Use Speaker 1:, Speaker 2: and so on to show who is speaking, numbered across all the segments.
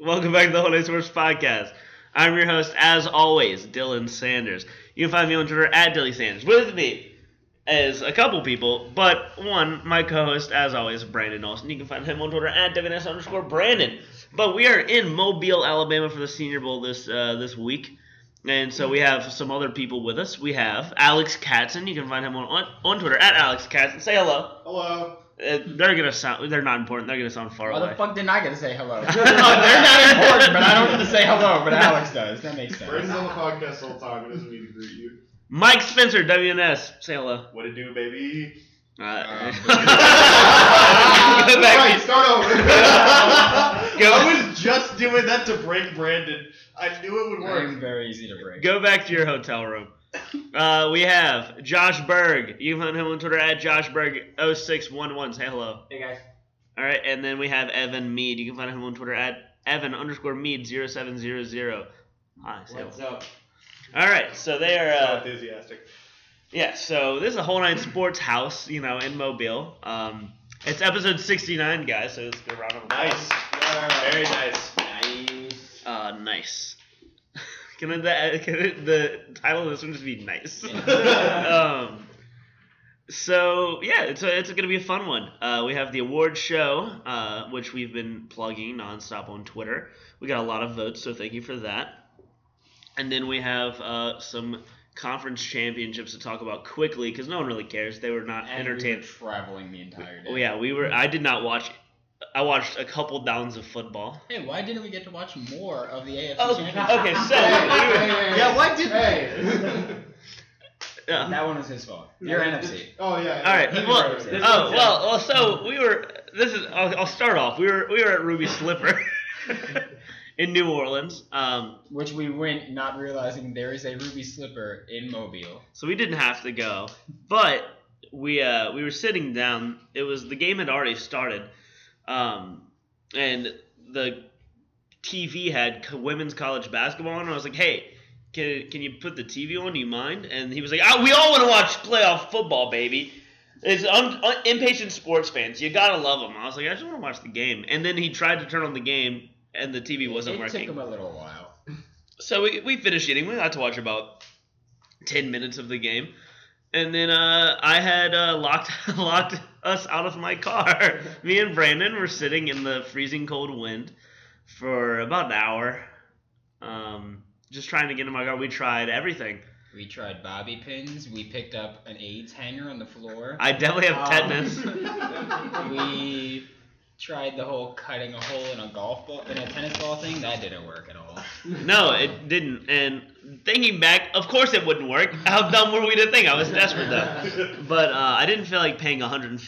Speaker 1: welcome back to the Holiday Sports Podcast. I'm your host, as always, Dylan Sanders. You can find me on Twitter at Dilly Sanders. With me is a couple people, but one, my co-host, as always, Brandon Olson. You can find him on Twitter at WNS underscore Brandon. But we are in Mobile, Alabama for the Senior Bowl this uh, this week. And so we have some other people with us. We have Alex Katzen. You can find him on, on, on Twitter at Alex Katzen. Say hello.
Speaker 2: Hello.
Speaker 1: Uh, they're gonna sound. They're not important. They're gonna sound far
Speaker 3: Why
Speaker 1: away.
Speaker 3: the fuck didn't I get to say hello? oh, they're not important, but I don't get to say hello, but Alex does. That makes sense.
Speaker 2: Brandon's on the podcast all the time. He doesn't need to greet you.
Speaker 1: Mike Spencer, WNS. Say hello.
Speaker 2: What it do, baby?
Speaker 1: Uh,
Speaker 2: All
Speaker 1: go
Speaker 2: Uh, right,
Speaker 1: back.
Speaker 2: start over.
Speaker 1: Go-
Speaker 2: I was just doing that to break Brandon. I knew it would
Speaker 3: I'm
Speaker 2: work.
Speaker 3: very easy to break.
Speaker 1: Go back to your hotel room. Uh, we have Josh Berg. You can find him on Twitter at joshberg0611. Say hello.
Speaker 4: Hey guys.
Speaker 1: All right, and then we have Evan Mead. You can find him on Twitter at Evan underscore Mead 0700. Hi, say hello.
Speaker 4: What's up?
Speaker 1: All right, so they are.
Speaker 2: So
Speaker 1: Uh,
Speaker 2: enthusiastic.
Speaker 1: Yeah, so this is a whole nine sports house, you know, in Mobile. Um, it's episode 69, guys, so let's go round of applause.
Speaker 2: Nice. Very nice.
Speaker 4: Nice.
Speaker 1: Uh, nice. can, I, the, uh, can it, the title of this one just be nice? um, so, yeah, it's, a, it's going to be a fun one. Uh, we have the award show, uh, which we've been plugging nonstop on Twitter. We got a lot of votes, so thank you for that. And then we have uh, some conference championships to talk about quickly because no one really cares. They were not
Speaker 3: And we were
Speaker 1: entertained.
Speaker 3: traveling the entire day.
Speaker 1: Oh yeah, we were. I did not watch. I watched a couple downs of football.
Speaker 3: Hey, why didn't we get to watch more of the AFC
Speaker 1: Oh,
Speaker 3: Championship?
Speaker 1: okay, so-
Speaker 3: Yeah, why didn't-
Speaker 2: Hey.
Speaker 1: Uh,
Speaker 3: That one was his fault. Your NFC.
Speaker 2: Oh, yeah.
Speaker 1: all right.
Speaker 2: yeah.
Speaker 1: Well,
Speaker 2: Right, right.
Speaker 1: oh well, well. So we were. This is. I'll, I'll start off. We were. We were at Ruby Slipper in New Orleans. Um.
Speaker 3: Which we went not realizing there is a ruby slipper in Mobile.
Speaker 1: So we didn't have to go, but we uh, we were sitting down. It was the game had already started, um, and the TV had co- women's college basketball on. And I was like, "Hey, can can you put the TV on? Do you mind?" And he was like, oh, "We all want to watch playoff football, baby." It's un- un- impatient sports fans. You gotta love them. I was like, I just want to watch the game. And then he tried to turn on the game, and the TV wasn't
Speaker 3: it
Speaker 1: working.
Speaker 3: took him a little while.
Speaker 1: So we, we finished eating. We got to watch about ten minutes of the game, and then uh, I had uh, locked locked us out of my car. Me and Brandon were sitting in the freezing cold wind for about an hour, um, just trying to get in my car. We tried everything.
Speaker 3: We tried bobby pins. We picked up an AIDS hanger on the floor.
Speaker 1: I definitely have
Speaker 3: Um,
Speaker 1: tetanus.
Speaker 3: we tried the whole cutting a hole in a golf ball in a tennis ball thing. That didn't work at all.
Speaker 1: no, it didn't. And thinking back, of course it wouldn't work. How dumb were we to think? I was desperate though. But uh, I didn't feel like paying $150 to,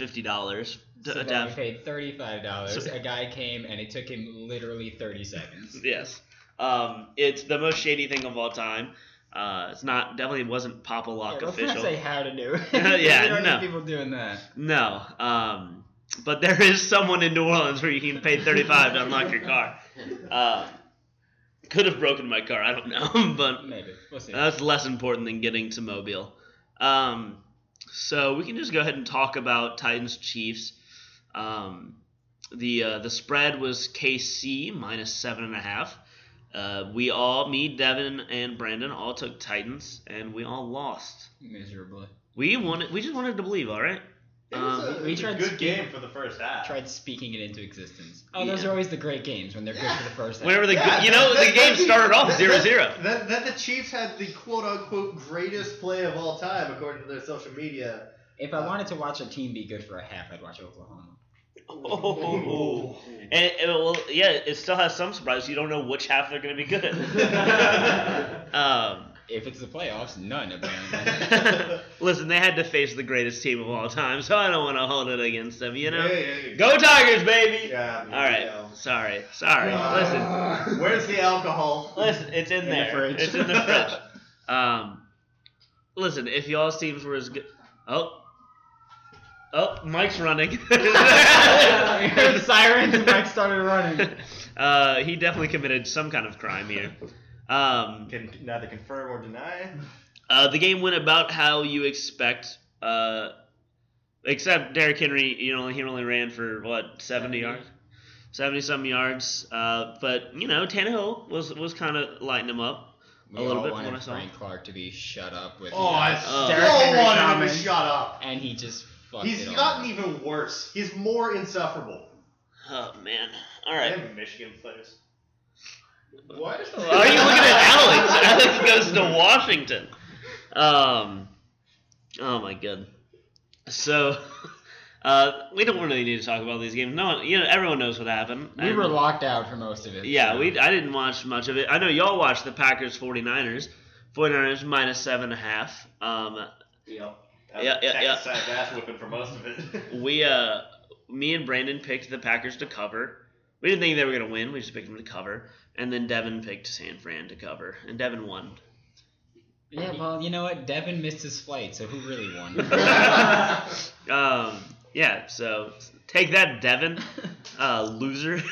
Speaker 3: So
Speaker 1: to
Speaker 3: then
Speaker 1: have
Speaker 3: we paid thirty-five dollars.
Speaker 1: So-
Speaker 3: a guy came and it took him literally thirty seconds.
Speaker 1: Yes. Um, it's the most shady thing of all time. Uh, it's not definitely wasn't Papa Lock
Speaker 3: Yeah, let's
Speaker 1: official.
Speaker 3: not say how to do. it.
Speaker 1: Yeah,
Speaker 3: We don't need
Speaker 1: no.
Speaker 3: people doing that.
Speaker 1: no. Um, but there is someone in New Orleans where you can pay thirty five to unlock your car. Uh, could have broken my car. I don't know, but
Speaker 3: Maybe we'll see.
Speaker 1: that's less important than getting to Mobile. Um, so we can just go ahead and talk about Titans Chiefs. Um, the uh, the spread was KC minus seven and a half. Uh, we all, me, Devin, and Brandon, all took Titans, and we all lost.
Speaker 3: Miserably.
Speaker 1: We wanted, we just wanted to believe. All right.
Speaker 2: It was
Speaker 1: Um,
Speaker 2: a,
Speaker 3: we
Speaker 2: it's a
Speaker 3: tried
Speaker 2: good
Speaker 3: to-
Speaker 2: game for the first half.
Speaker 3: Tried speaking it into existence. Oh, those
Speaker 1: Yeah.
Speaker 3: are always the great games when they're good for the first. half.
Speaker 1: Whenever the
Speaker 2: Yeah,
Speaker 1: you know
Speaker 2: that-
Speaker 1: the game
Speaker 2: that-
Speaker 1: started off
Speaker 2: that-
Speaker 1: 0-0.
Speaker 2: That, that the Chiefs had the quote unquote greatest play of all time according to their social media.
Speaker 3: If I wanted to watch a team be good for a half, I'd watch Oklahoma.
Speaker 1: Oh. And it, well, yeah, it still has some surprise. You don't know which half they're going to be good.
Speaker 2: Ooh.
Speaker 1: um,
Speaker 3: If it's the playoffs, none apparently.
Speaker 1: Listen, they had to face the greatest team of all time, so I don't want to hold it against them, you know?
Speaker 2: Yeah, yeah, yeah.
Speaker 1: Go Tigers, baby!
Speaker 2: Yeah,
Speaker 1: all right, sorry, sorry. listen,
Speaker 2: listen. Where's the alcohol?
Speaker 1: listen, it's in,
Speaker 3: In the
Speaker 1: there.
Speaker 3: fridge.
Speaker 1: it's in the fridge. Um, listen, if y'all's teams were as good. Oh. Oh, Mike's running.
Speaker 3: I heard sirens and Mike started running.
Speaker 1: uh, he definitely committed some kind of crime here. Um,
Speaker 2: Can neither confirm or deny.
Speaker 1: Uh, the game went about how you expect, uh, except Derrick Henry. You know, he only ran for what seventy yards. seventy some yards. Uh, but you know, Tannehill was was kind of lighting him up.
Speaker 3: We
Speaker 1: A little
Speaker 3: all
Speaker 1: bit
Speaker 3: wanted
Speaker 1: when I saw
Speaker 3: Frank Clark to be shut up with.
Speaker 2: Oh, I
Speaker 1: Oh.
Speaker 2: still
Speaker 3: Derrick Henry
Speaker 2: wanted him
Speaker 3: comments,
Speaker 2: to shut up.
Speaker 3: And he just fucked
Speaker 2: He's
Speaker 3: it all
Speaker 2: gotten
Speaker 3: up.
Speaker 2: even worse. He's more insufferable.
Speaker 1: Oh man! All right.
Speaker 2: Damn Michigan players.
Speaker 3: What? Are you
Speaker 1: Why are you looking at Alex? Alex goes to Washington. Um, oh my god. So, uh, we don't really need to talk about these games. No one, you know, everyone knows what happened.
Speaker 3: We were
Speaker 1: And-
Speaker 3: locked out for most of it.
Speaker 1: Yeah,
Speaker 3: so-
Speaker 1: we. I didn't watch much of it. I know y'all watched the Packers 49ers. 49ers minus seven and a half. Um,
Speaker 2: Yeah.
Speaker 1: Yeah, yeah,
Speaker 2: Texas yeah. ass whipping for most of it.
Speaker 1: we, uh, me and Brandon picked the Packers to cover. We didn't think they were gonna win. We just picked them to cover, and then Devin picked San Fran to cover, and Devin won.
Speaker 3: Yeah, well, you know what? Devin missed his flight, so who really won?
Speaker 1: Um, yeah, so take that, Devin, uh, loser.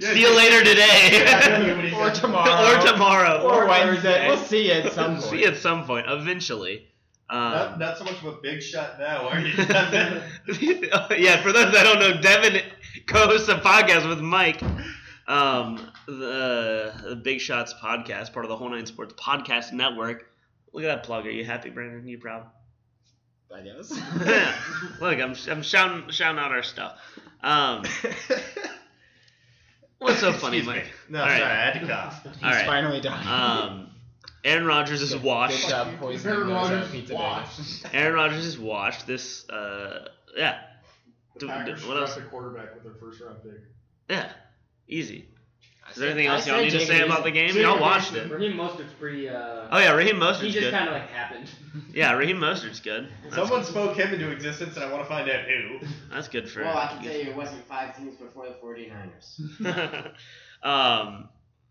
Speaker 1: See you later today
Speaker 3: or tomorrow.
Speaker 1: or tomorrow
Speaker 3: Or Wednesday. We'll see you at some
Speaker 1: See
Speaker 3: point.
Speaker 1: you at some point, eventually.
Speaker 2: not,
Speaker 1: Um,
Speaker 2: not so much of a big shot now, are you? Devin?
Speaker 1: yeah, for those that don't know, Devin co-hosts a podcast with Mike, um, the, the Big Shots podcast, part of the Whole Nine Sports Podcast Network. Look at that plug. Are you happy, Brandon? You proud?
Speaker 3: I guess.
Speaker 1: Look, I'm, I'm shouting, shouting out our stuff. Um, what's so funny,
Speaker 2: Excuse me.
Speaker 1: Mike?
Speaker 2: No,
Speaker 1: All right.
Speaker 2: sorry, I had to cough.
Speaker 3: He's
Speaker 1: All right.
Speaker 3: finally done.
Speaker 1: Um, Aaron Rodgers is
Speaker 3: Good- Good
Speaker 1: washed.
Speaker 3: job
Speaker 2: Fuck you.
Speaker 3: poisoning
Speaker 2: Aaron
Speaker 3: those, uh,
Speaker 2: Rodgers
Speaker 3: pizza
Speaker 2: washed.
Speaker 3: bakers.
Speaker 1: Aaron Rodgers is washed. This, uh, yeah,
Speaker 2: The
Speaker 1: Do- do-
Speaker 2: Packers
Speaker 1: what else?
Speaker 2: drafted a quarterback with their first round pick.
Speaker 1: yeah, easy.
Speaker 3: I
Speaker 1: Is there
Speaker 3: said-
Speaker 1: anything
Speaker 3: I
Speaker 1: else y'all
Speaker 3: said
Speaker 1: need to
Speaker 3: Jacob
Speaker 1: say about the
Speaker 3: Eason.
Speaker 1: game? Y'all watched it.
Speaker 4: Raheem Mostert's pretty. Uh,
Speaker 1: Oh yeah, Raheem Mostert's
Speaker 4: he just
Speaker 1: good.
Speaker 4: kind of like happened.
Speaker 1: Yeah, Raheem Mostert's good. That's,
Speaker 2: Someone spoke him into existence, and I want to find out who.
Speaker 1: that's good for.
Speaker 5: Well, I can tell you it wasn't five teams before the 49ers.
Speaker 1: um,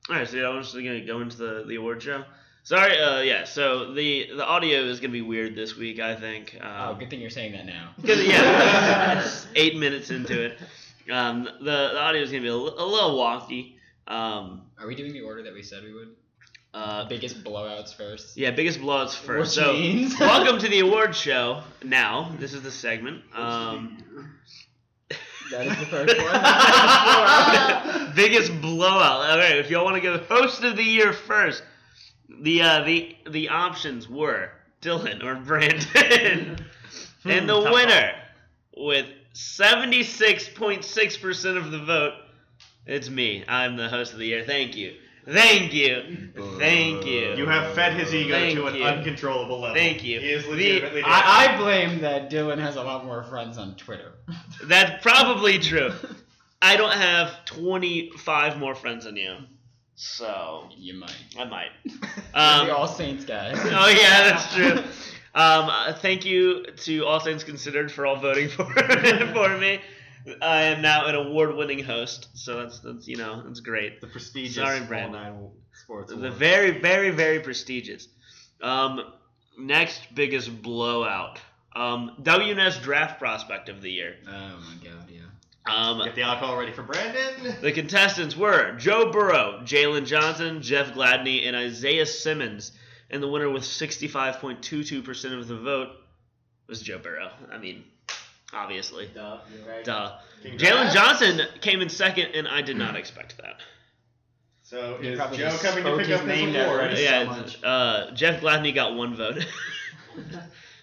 Speaker 1: all right, so yeah, I'm just gonna go into the the award show. Sorry, uh, yeah. So the the audio is gonna be weird this week, I think.
Speaker 3: Oh,
Speaker 1: Um,
Speaker 3: good thing you're saying that now.
Speaker 1: 'cause, yeah, it's eight minutes into it. Um, the the audio is gonna be a li- a little wonky. Um,
Speaker 3: Are we doing the order that we said we would?
Speaker 1: uh,
Speaker 3: Biggest blowouts first.
Speaker 1: yeah, biggest blowouts first.
Speaker 3: Which
Speaker 1: so
Speaker 3: means-
Speaker 1: welcome to the award show. Now this is the segment. Um,
Speaker 3: that is the first one.
Speaker 1: Ah! biggest blowout. All right, if y'all want to go host of the year first, the uh, the the options were Dylan or Brandon, and the
Speaker 2: Hmm, tough
Speaker 1: winner with seventy six point six percent of the vote. It's me. I'm the host of the year. Thank you. Thank you. Thank you.
Speaker 2: You have fed his ego
Speaker 1: Thank
Speaker 2: to an
Speaker 1: you.
Speaker 2: uncontrollable level.
Speaker 1: Thank you.
Speaker 2: He is legitimately. doing it.
Speaker 3: I, I blame that Dylan has a lot more friends on Twitter.
Speaker 1: That's probably true. I don't have twenty five more friends than you, so
Speaker 3: You might.
Speaker 1: I might.
Speaker 2: Um,
Speaker 3: You're the All Saints guys.
Speaker 1: Oh yeah, that's true. Um, uh, thank you to All Things Considered for all voting for for me. I am now an award-winning host, so that's that's you know that's great.
Speaker 2: the prestigious
Speaker 1: Sorry,
Speaker 2: All
Speaker 1: Brandon.
Speaker 2: Nine Sports
Speaker 1: The
Speaker 2: Award.
Speaker 1: very very very prestigious. Um, next biggest blowout. Um, WNS draft prospect of the year.
Speaker 3: Oh my god, yeah.
Speaker 1: Um,
Speaker 2: Get the alcohol ready for Brandon.
Speaker 1: the contestants were Joe Burrow, Jalen Johnson, Jeff Gladney, and Isaiah Simmons. And the winner with 65.22% of the vote was Joe Burrow. I mean, obviously.
Speaker 5: Duh. Right?
Speaker 1: Duh. Jalen
Speaker 2: Congrats.
Speaker 1: Johnson came in second, and I did not expect that.
Speaker 2: So
Speaker 3: He
Speaker 2: is
Speaker 3: probably
Speaker 2: Joe
Speaker 3: just
Speaker 2: coming to
Speaker 3: spoke
Speaker 2: pick
Speaker 3: his
Speaker 2: up
Speaker 3: name
Speaker 2: this
Speaker 3: there
Speaker 2: award?
Speaker 3: already. Thank you so
Speaker 1: yeah,
Speaker 3: much.
Speaker 1: uh, Jeff Gladney got one vote.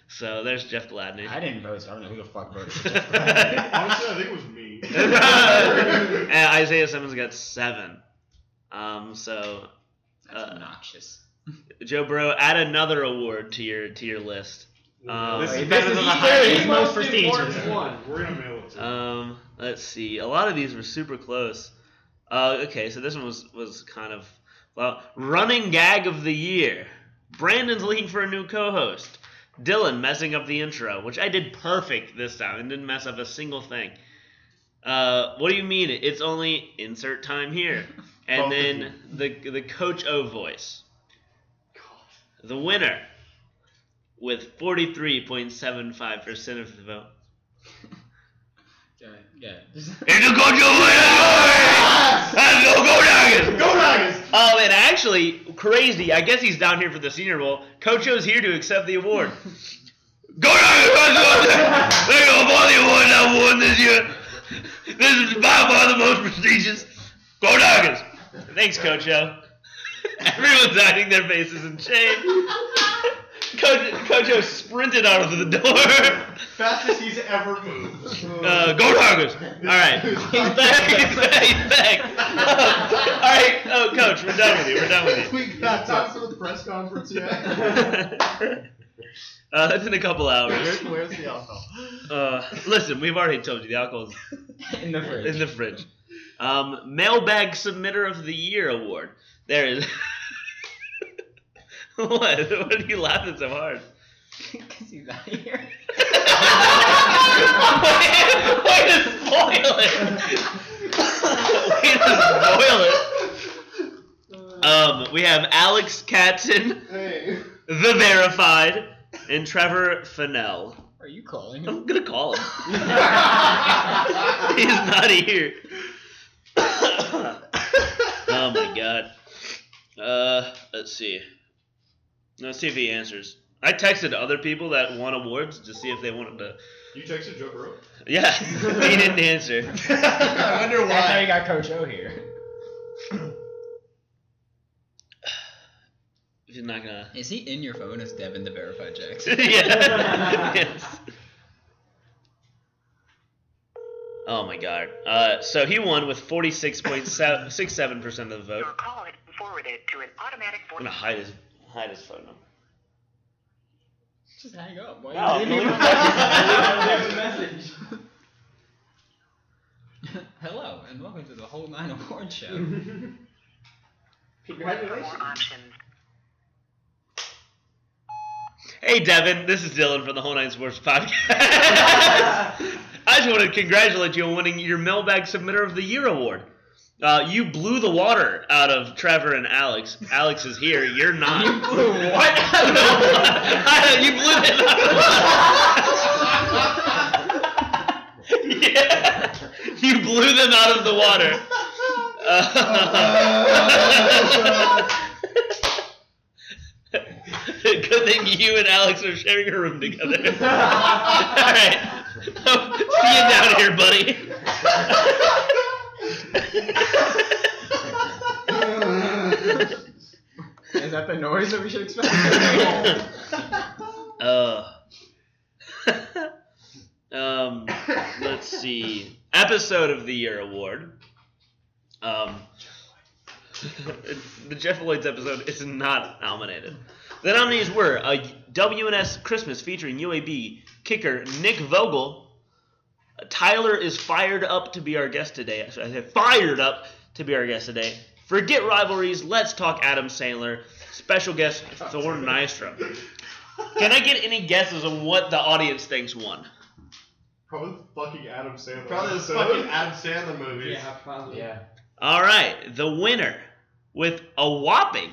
Speaker 1: so there's Jeff Gladney.
Speaker 3: I didn't vote, so I don't know who the fuck voted for Jeff Gladney.
Speaker 1: Honestly,
Speaker 2: I think it was me.
Speaker 1: and Isaiah Simmons got seven. Um, so
Speaker 3: That's
Speaker 1: Uh,
Speaker 3: obnoxious.
Speaker 1: Joe Burrow, add another award to your to your list. Um,
Speaker 2: this
Speaker 3: Wait,
Speaker 2: is
Speaker 3: this
Speaker 2: better
Speaker 3: is
Speaker 2: than the
Speaker 3: either
Speaker 2: highest,
Speaker 3: the
Speaker 2: most
Speaker 3: most important
Speaker 2: prestigious.
Speaker 4: one.
Speaker 2: We're gonna mail it to
Speaker 1: Um, let's see. A lot of these were super close. Uh, okay, so this one was was kind of well, running gag of the year. Brandon's looking for a new co-host. Dylan messing up the intro, which I did perfect this time and didn't mess up a single thing. Uh, what do you mean? It's only insert time here, and
Speaker 2: Both of
Speaker 1: then the the coach O voice. The winner with forty three point seven five percent of the vote.
Speaker 3: Yeah, yeah. Just-
Speaker 1: It's a coach O winner! Let's go, go Nuggets!
Speaker 2: Go Tigers!
Speaker 1: Um, and actually, crazy. I guess he's down here for the Senior Bowl. Coach O's here to accept the award. Go Nuggets! Let's go! They're gonna the award I won this year. This is by far the most prestigious. Go Doggers! Thanks, Coach O. Everyone's hiding their faces in shame. Coach, Coach O sprinted out of the door.
Speaker 2: Fastest he's ever moved.
Speaker 1: Uh, go Doggers! All right. He's back. He's back. He's back. Oh, all right. Oh, Coach, we're done with you. We're done with you.
Speaker 2: We
Speaker 6: Not
Speaker 2: got
Speaker 6: time
Speaker 2: to.
Speaker 6: for the press conference yet.
Speaker 1: uh, that's in a couple hours.
Speaker 6: Where's, where's the alcohol?
Speaker 1: Uh, listen, we've already told you the alcohol's
Speaker 3: in the fridge.
Speaker 1: in the fridge. Um, mailbag submitter of the year award. There is. what? What are you laughing so hard?
Speaker 3: Because he's out here.
Speaker 1: way, way to spoil it. way to spoil it. Um, we have Alex Katzen,
Speaker 6: Hey.
Speaker 1: the verified, and Trevor Fennell.
Speaker 3: Are you calling him?
Speaker 1: I'm gonna call him. He's not here. oh my god. Uh, let's see. Let's see if he answers. I texted other people that won awards to see if they wanted to.
Speaker 6: You texted Joe Burrow?
Speaker 1: Yeah, he didn't answer.
Speaker 2: I wonder
Speaker 3: That's how
Speaker 2: why.
Speaker 3: you got Coach O here.
Speaker 1: He's not gonna.
Speaker 3: Is he in your phone as Devin the verified Jackson?
Speaker 1: yeah. yes. Oh my god. Uh, so he won with 46.67% of the vote.
Speaker 7: Your call is forwarded to an automatic
Speaker 1: I'm
Speaker 7: voice.
Speaker 1: gonna hide his, hide his phone number.
Speaker 3: Just hang up. Why
Speaker 1: No,
Speaker 3: you leave
Speaker 1: leave
Speaker 3: him
Speaker 1: a
Speaker 3: a
Speaker 4: message.
Speaker 3: message? Hello, and welcome to the Whole Nine Award Show.
Speaker 7: More
Speaker 4: Congratulations.
Speaker 7: options.
Speaker 1: Hey, Devin, this is Dylan from the Whole Nine Sports Podcast. I just want to congratulate you on winning your Mailbag Submitter of the Year award. Uh, you blew the water out of Trevor and Alex. Alex is here. You're not. you blew what? you blew it out of the water. yeah. You blew them out of the water. Good thing you and Alex are sharing a room together. All right. See you down here, buddy.
Speaker 3: Is that the noise that we should expect?
Speaker 1: uh, um, let's see. Episode of the Year award. Um, the Jeff Lloyd's episode is not nominated. The nominees were a WNS Christmas featuring UAB kicker Nick Vogel. Tyler is fired up to be our guest today. Actually, I said fired up to be our guest today. Forget rivalries. Let's talk Adam Sandler. Special guest Thorne Nystrom. Can I get any guesses on what the audience thinks won?
Speaker 6: Probably fucking Adam Sandler.
Speaker 2: Probably this fucking Adam Sandler movies.
Speaker 4: Yeah, probably. Yeah.
Speaker 1: All right, the winner with a whopping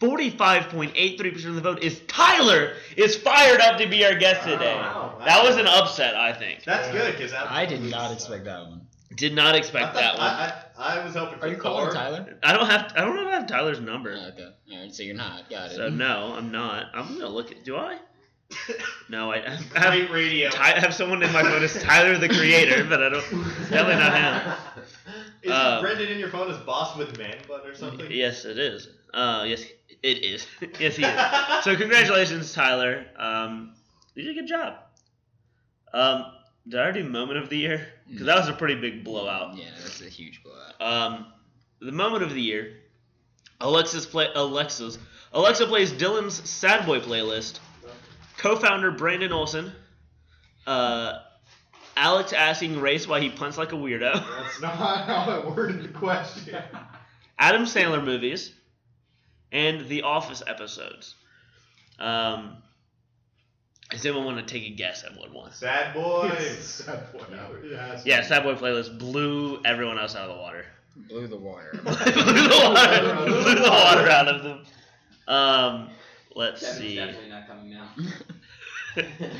Speaker 1: 45.83% of the vote is Tyler is fired up to be our guest today.
Speaker 2: Wow,
Speaker 1: That was an upset, I think.
Speaker 2: That's good because
Speaker 3: I did not expect that one.
Speaker 1: Did not
Speaker 2: I,
Speaker 1: expect
Speaker 2: thought-
Speaker 1: that one.
Speaker 2: I, I, I was hoping for
Speaker 3: Are you calling
Speaker 2: Thor.
Speaker 3: Tyler?
Speaker 1: I don't have I don't know if I have Tyler's
Speaker 3: Oh,
Speaker 1: number.
Speaker 3: okay. All right, so you're not. Got it.
Speaker 1: So no, I'm not. I'm gonna look at do I? No, I, I have
Speaker 2: Great radio.
Speaker 1: Ty, I have someone in my phone as Tyler the creator, but I don't it's definitely not him.
Speaker 2: Is
Speaker 1: Uh,
Speaker 2: Brendan in your phone as boss with man bun or something?
Speaker 1: Yes, it is. Uh, yes, it is. yes, he is. So congratulations, Tyler. Um, you did a good job. Um, did I already do moment of the year? Because that was a pretty big blowout.
Speaker 3: Yeah, that's a huge blowout.
Speaker 1: Um, the moment of the year. Alexis play Alexis. Alexa plays Dylan's Sad Boy playlist. Co-founder Brandon Olson. Uh, Alex asking Race why he punts like a weirdo.
Speaker 6: That's not how I worded the question.
Speaker 1: Adam Sandler movies, and The Office episodes. Um, does anyone want to take a guess at what one?
Speaker 2: Sad
Speaker 6: Boys.
Speaker 2: boys.
Speaker 6: Sad boy. Yeah.
Speaker 1: Yeah, Sad Boy Playlist blew everyone else out of the water.
Speaker 3: Blew the water.
Speaker 1: blew the water, blew the water out of them. Um, let's
Speaker 4: Devin's
Speaker 1: see.
Speaker 4: definitely not coming now.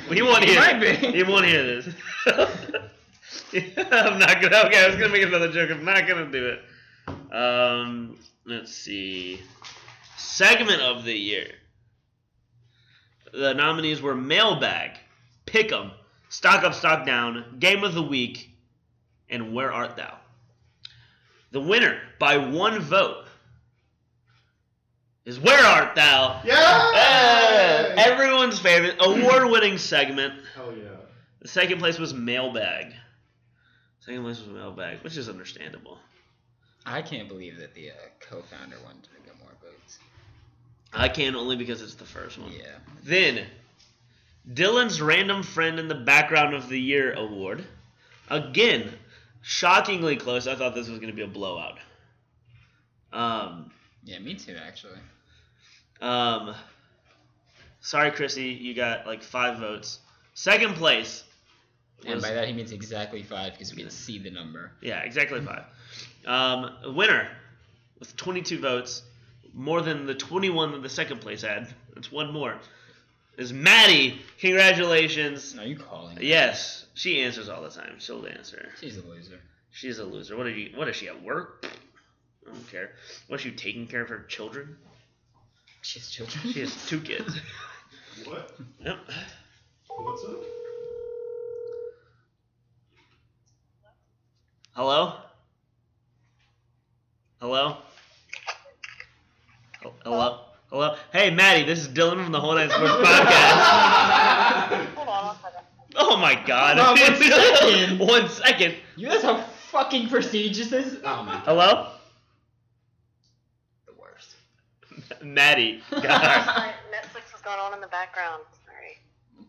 Speaker 1: He won't hear.
Speaker 3: Might
Speaker 1: this.
Speaker 3: be.
Speaker 1: He won't hear this. I'm not gonna. Okay, I was gonna make another joke. I'm not gonna do it. Um, let's see. Segment of the year. The nominees were mailbag, pick'em, stock up, stock down, game of the week, and Where Art Thou? The winner by one vote is Where Art Thou?
Speaker 6: Yeah!
Speaker 1: Eh, everyone's favorite award winning segment.
Speaker 6: Hell yeah.
Speaker 1: The second place was Mailbag. Second place was Mailbag, which is understandable.
Speaker 3: I can't believe that the uh, co-founder one didn't get more votes.
Speaker 1: I can only because it's the first one.
Speaker 3: Yeah.
Speaker 1: Then, Dylan's Random Friend in the Background of the Year award. Again, shockingly close. I thought this was going to be a blowout. Um,
Speaker 3: Yeah, me too, actually.
Speaker 1: um, sorry, Chrissy, you got like five votes. Second place.
Speaker 3: And
Speaker 1: was-
Speaker 3: by that he means exactly five because we can see the number.
Speaker 1: Yeah, exactly five. Um, winner with 22 votes, more than the 21 that the second place had. That's one more. Is Maddie. Congratulations.
Speaker 3: Are you calling? that?
Speaker 1: Yes, she answers all the time. She'll answer.
Speaker 3: She's a loser.
Speaker 1: She's a loser. What are you? What is she at work? I don't care. What's she taking care of her children?
Speaker 3: She has children.
Speaker 1: She has two kids.
Speaker 6: What?
Speaker 1: Yep.
Speaker 6: What's up?
Speaker 1: Hello. Hello. Hel- Hello. Hello. Hey, Maddie. This is Dylan from the Whole Night Sports Podcast.
Speaker 7: Hold on one second.
Speaker 1: Oh my God.
Speaker 3: Wow, one second.
Speaker 1: One second.
Speaker 3: You that's how fucking prestigious this. Oh my god.
Speaker 1: Hello,
Speaker 3: The worst.
Speaker 1: Maddie. God.
Speaker 7: Sorry, Netflix was going on in the background. Sorry.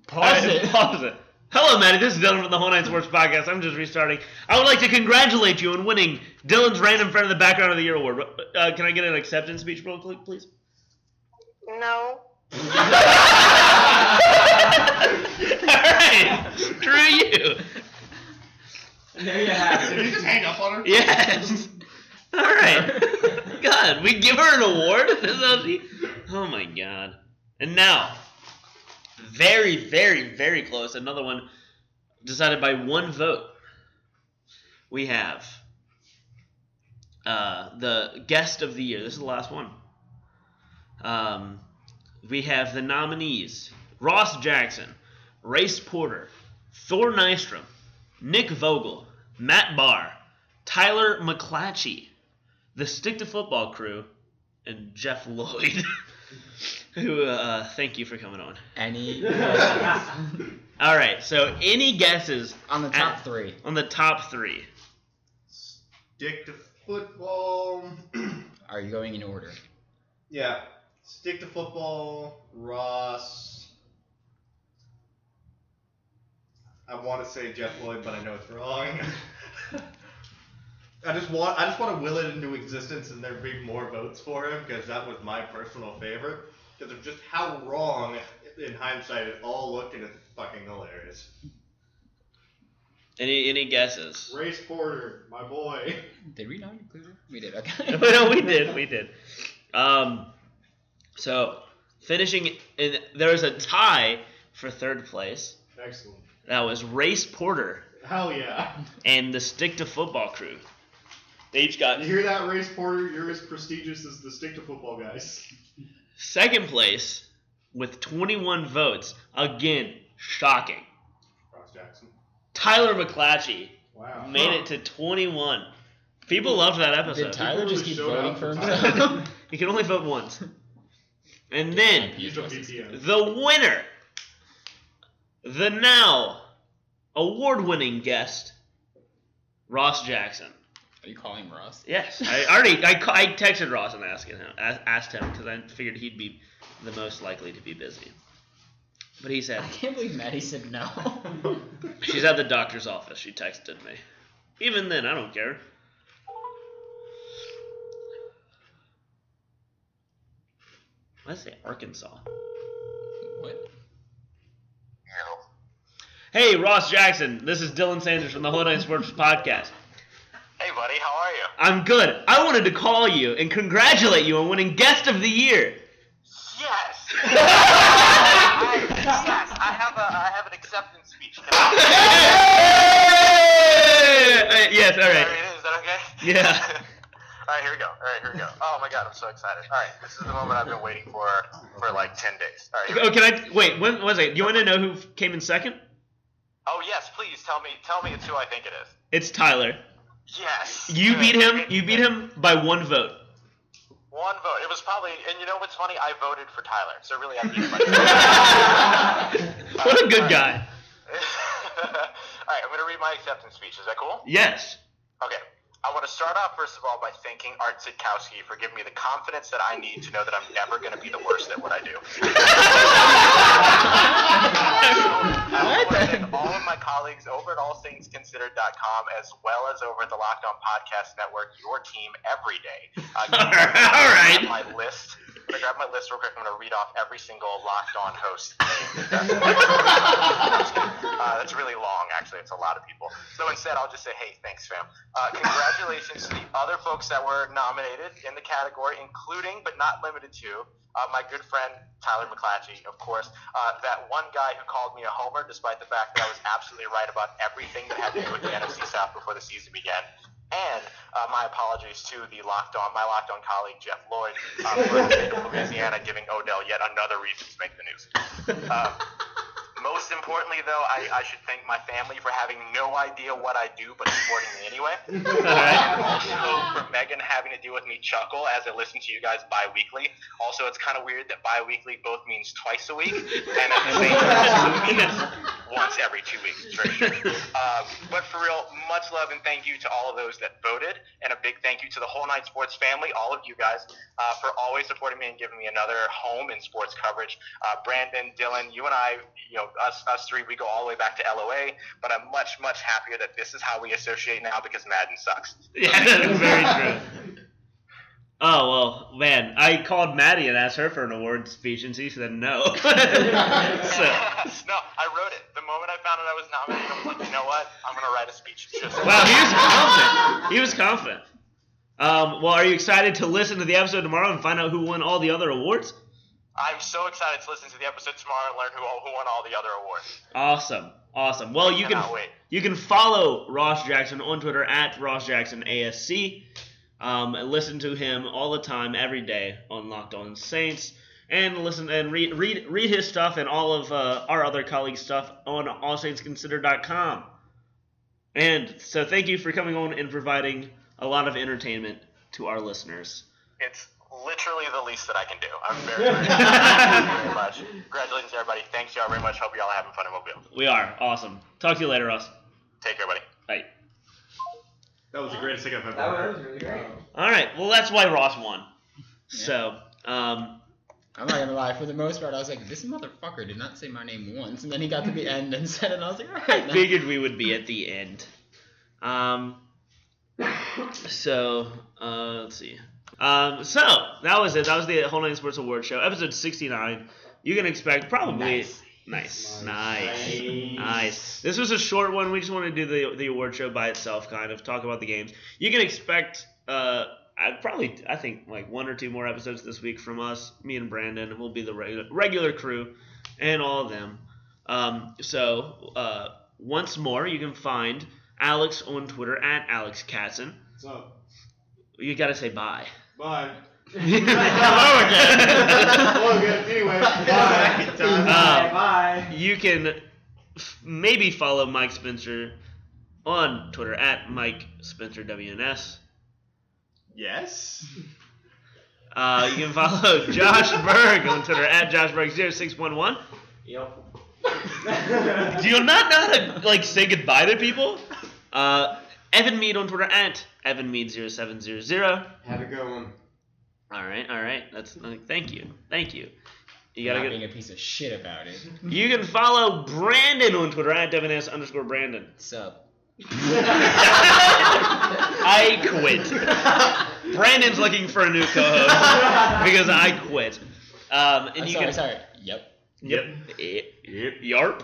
Speaker 3: Pause
Speaker 1: All right,
Speaker 3: it.
Speaker 1: Pause it. Hello, Maddie. This is Dylan from the Whole Nine Sports Podcast. I'm just restarting. I would like to congratulate you on winning Dylan's Random Friend of the Background of the Year award. Uh, can I get an acceptance speech real quick, please?
Speaker 7: No.
Speaker 1: All right. True you.
Speaker 3: There you have
Speaker 6: Did you just hang up on her?
Speaker 1: Yes. All right. God, we give her an award? That's how she- oh, my God. And now, very, very, very close. Another one decided by one vote. We have uh, the guest of the year. This is the last one. Um, we have the nominees Ross Jackson, Race Porter, Thor Nystrom, Nick Vogel, Matt Barr, Tyler McClatchy, the Stick to Football crew, and Jeff Lloyd. Who? Uh, thank you for coming on.
Speaker 3: Any uh,
Speaker 1: All right. So, any guesses
Speaker 3: on the top three?
Speaker 1: on the top three?
Speaker 6: Dick to football.
Speaker 3: Are you going in order?
Speaker 2: Yeah. Stick to football, Ross. I want to say Jeff Lloyd, but I know it's wrong. I just want I just want to will it into existence and there be more votes for him because that was my personal favorite because of just how wrong in hindsight it all looked and it's fucking hilarious.
Speaker 1: Any any guesses?
Speaker 6: Race Porter, my boy.
Speaker 3: Did we not include it? We did. Okay.
Speaker 1: no, we did, we did. Um, so finishing, in, there was a tie for third place.
Speaker 6: Excellent.
Speaker 1: That was Race Porter
Speaker 6: Hell yeah.
Speaker 1: and the Stick to Football crew. They each got
Speaker 6: You hear that, Race Porter? You're as prestigious as the stick to football guys.
Speaker 1: Second place with 21 votes. Again, shocking.
Speaker 6: Ross Jackson.
Speaker 1: Tyler McClatchy
Speaker 6: Wow.
Speaker 1: made it to 21. People loved that
Speaker 3: Did
Speaker 1: episode.
Speaker 3: Tyler
Speaker 6: really
Speaker 3: just keep
Speaker 6: showed
Speaker 3: voting
Speaker 6: up
Speaker 3: for
Speaker 6: for
Speaker 3: himself?
Speaker 1: You can only vote once. And then
Speaker 6: Use a VPN.
Speaker 1: the winner, the now award winning guest, Ross Jackson.
Speaker 3: Are you calling Ross?
Speaker 1: Yes, I already I, ca- I texted Ross and asked him a- asked him because I figured he'd be the most likely to be busy. But he said
Speaker 3: I can't believe Maddie said no.
Speaker 1: She's at the doctor's office. She texted me. Even then, I don't care. Let's say Arkansas.
Speaker 3: what?
Speaker 1: Hey, Ross Jackson. This is Dylan Sanders from the Whole Night Sports Podcast.
Speaker 8: Hey, buddy, how are you?
Speaker 1: I'm good. I wanted to call you and congratulate you on winning Guest of the Year.
Speaker 8: Yes. I, yes, I have a I have an acceptance speech. Can I-
Speaker 1: Hey! Yes, all
Speaker 8: There
Speaker 1: right.
Speaker 8: it is. Is that okay?
Speaker 1: Yeah.
Speaker 8: All right, here we go. All right, here we go. Oh my God, I'm so excited. All right, this is the moment I've been waiting for for like ten days. All right. here we
Speaker 1: Oh, can I wait? One, one second. Do you want to know who came in second?
Speaker 8: go. Oh yes, please tell me. Tell me it's who I think it is.
Speaker 1: It's Tyler.
Speaker 8: Yes.
Speaker 1: You
Speaker 8: Good.
Speaker 1: beat him. You beat him by one vote.
Speaker 8: One vote. It was probably. And you know what's funny? I voted for Tyler, so really I beat myself.
Speaker 1: What a good guy.
Speaker 8: All right, I'm going to read my acceptance speech. Is that cool?
Speaker 1: Yes.
Speaker 8: Okay. I want to start off, first of all, by thanking Art Sitkowski for giving me the confidence that I need to know that I'm never going to be the worst at what I do. I want to thank all of my colleagues over at allthingsconsidered.com as well as over at the Locked On Podcast Network, your team every day. Uh,
Speaker 1: All right.
Speaker 8: My list. I'm going to grab my list real quick. I'm going to read off every single Locked On host. Uh, that's really long, actually. It's a lot of people. So instead, I'll just say, hey, thanks, fam. Uh, congratulations to the other folks that were nominated in the category, including but not limited to uh, my good friend Tyler McClatchy, of course. Uh, that one guy who called me a homer, despite the fact that I was absolutely right about everything that had to do with the NFC South before the season began. And uh, my apologies to the locked on, my locked on colleague Jeff Lloyd uh, for the state of Louisiana giving Odell yet another reason to make the news. Uh, most importantly, though, I, I should thank my family for having no idea what I do, but supporting me anyway.
Speaker 1: All right.
Speaker 8: Also, for Megan having to deal with me chuckle as I listen to you guys bi-weekly. Also, it's kind of weird that bi-weekly both means twice a week, and at the same time, it means once every two weeks. It's very strange. Um, but for real, much love and thank you to all of those that voted, and a big thank you to the whole Nine Sports family, all of you guys, uh, for always supporting me and giving me another home in sports coverage. Uh, Brandon, Dylan, you and I, you know, us, us three, we go all the way back to LOA, but I'm much, much happier that this is how we associate now because Madden sucks.
Speaker 1: Yeah, that's very true. Oh well, man, I called Maddie and asked her for an award speech, and she said no. so,
Speaker 8: no, I wrote it. The moment I found out I was nominated, I was like, you know what? I'm gonna write a speech. Just
Speaker 1: wow, he was confident. He was confident. Um, well, are you excited to listen to the episode tomorrow and find out who won all the other awards?
Speaker 8: I'm so excited to listen to the episode tomorrow and learn who all, who won all the other awards.
Speaker 1: Awesome, awesome. Well, you can
Speaker 8: Cannot wait.
Speaker 1: you can follow Ross Jackson on Twitter at Ross Jackson ASC. Um, and listen to him all the time, every day on Locked On Saints, and listen and read read read his stuff and all of uh, our other colleagues' stuff on AllSaintsConsidered.com. And so, thank you for coming on and providing a lot of entertainment to our listeners.
Speaker 8: It's literally the least that I can do. I'm very, very, thank you very much. Congratulations, everybody. Thanks y'all very much. Hope y'all are having fun in Mobile.
Speaker 1: We are awesome. Talk to you later, Ross.
Speaker 8: Take care, buddy.
Speaker 1: Bye.
Speaker 2: That was the greatest thing I've ever
Speaker 4: That
Speaker 2: heard.
Speaker 4: was Oh. really great.
Speaker 1: All right. Well, that's why Ross won. So, um,
Speaker 3: I'm not gonna lie. For the most part, I was like, this motherfucker did not say my name once, and then he got to the end and said it. And I was like, all right.
Speaker 1: I
Speaker 3: now."
Speaker 1: figured we would be at the end. Um, so uh, let's see. Um, so that was it. That was the whole nine sports award show, episode sixty nine. You can expect probably nice, nice, nice, This was a short one. We just want to do the the award show by itself, kind of talk about the games. You can expect. Uh, I probably I think like one or two more episodes this week from us. Me and Brandon will be the regular regular crew, and all of them. Um, so uh, once more, you can find Alex on Twitter at Alex Katzen.
Speaker 6: So,
Speaker 1: You gotta say bye.
Speaker 6: bye.
Speaker 1: Hello again.
Speaker 6: Well, good. Anyway, bye.
Speaker 2: Second time.
Speaker 1: Um,
Speaker 4: bye.
Speaker 1: you can f- maybe follow Mike Spencer on Twitter at Mike Spencer WNS.
Speaker 2: Yes.
Speaker 1: Uh, you can follow Josh Berg on Twitter at Josh Berg 611
Speaker 4: Yep.
Speaker 1: Do you not know how to like say goodbye to people? Uh, Evan Mead on Twitter at Evan Mead 0700.
Speaker 5: Have a good one.
Speaker 1: All right, all right. That's like, thank you, thank you. You
Speaker 3: not
Speaker 1: gotta
Speaker 3: being
Speaker 1: get.
Speaker 3: a piece of shit about it.
Speaker 1: You can follow Brandon on Twitter at Devin S underscore Brandon.
Speaker 3: So
Speaker 1: I quit. Brandon's looking for a new co-host because I quit. Um, and
Speaker 3: I'm
Speaker 1: you
Speaker 3: uh,
Speaker 1: can.
Speaker 3: sorry, sorry. Yep.
Speaker 1: Yep. Yep. Yarp.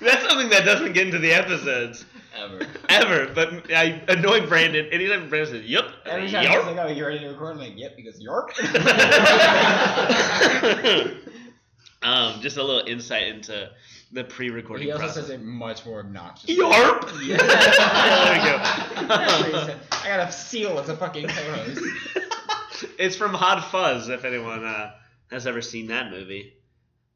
Speaker 1: That's something that doesn't get into the episodes
Speaker 3: Ever.
Speaker 1: ever. But I annoy Brandon anytime Brandon says yep. I
Speaker 3: Every
Speaker 1: say,
Speaker 3: time I was
Speaker 1: yarp.
Speaker 3: like, oh, you ready to record? I'm like, yep, because York.
Speaker 1: um, just a little insight into the pre-recording
Speaker 3: he also
Speaker 1: process.
Speaker 3: says it much more obnoxious.
Speaker 1: Yarp.
Speaker 3: Yeah. That's what he
Speaker 1: there
Speaker 3: said. I got a seal as a fucking co-host.
Speaker 1: we go. it's from Hot Fuzz. If anyone uh, has ever seen that movie,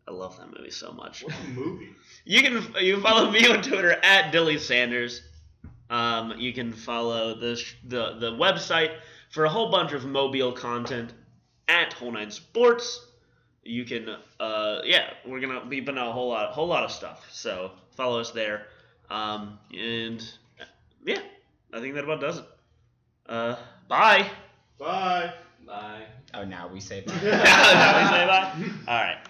Speaker 1: I love that movie so much.
Speaker 6: What a movie.
Speaker 1: You can you can follow me on Twitter at Dilly Sanders. Um, you can follow the, sh- the the website for a whole bunch of mobile content at Whole Nine Sports. You can uh, yeah, we're gonna be putting out a whole lot whole lot of stuff. So follow us there. Um, and yeah, I think that about does it. Uh, bye.
Speaker 6: Bye.
Speaker 4: Bye.
Speaker 3: Oh, now we say
Speaker 1: Now we say bye. All right.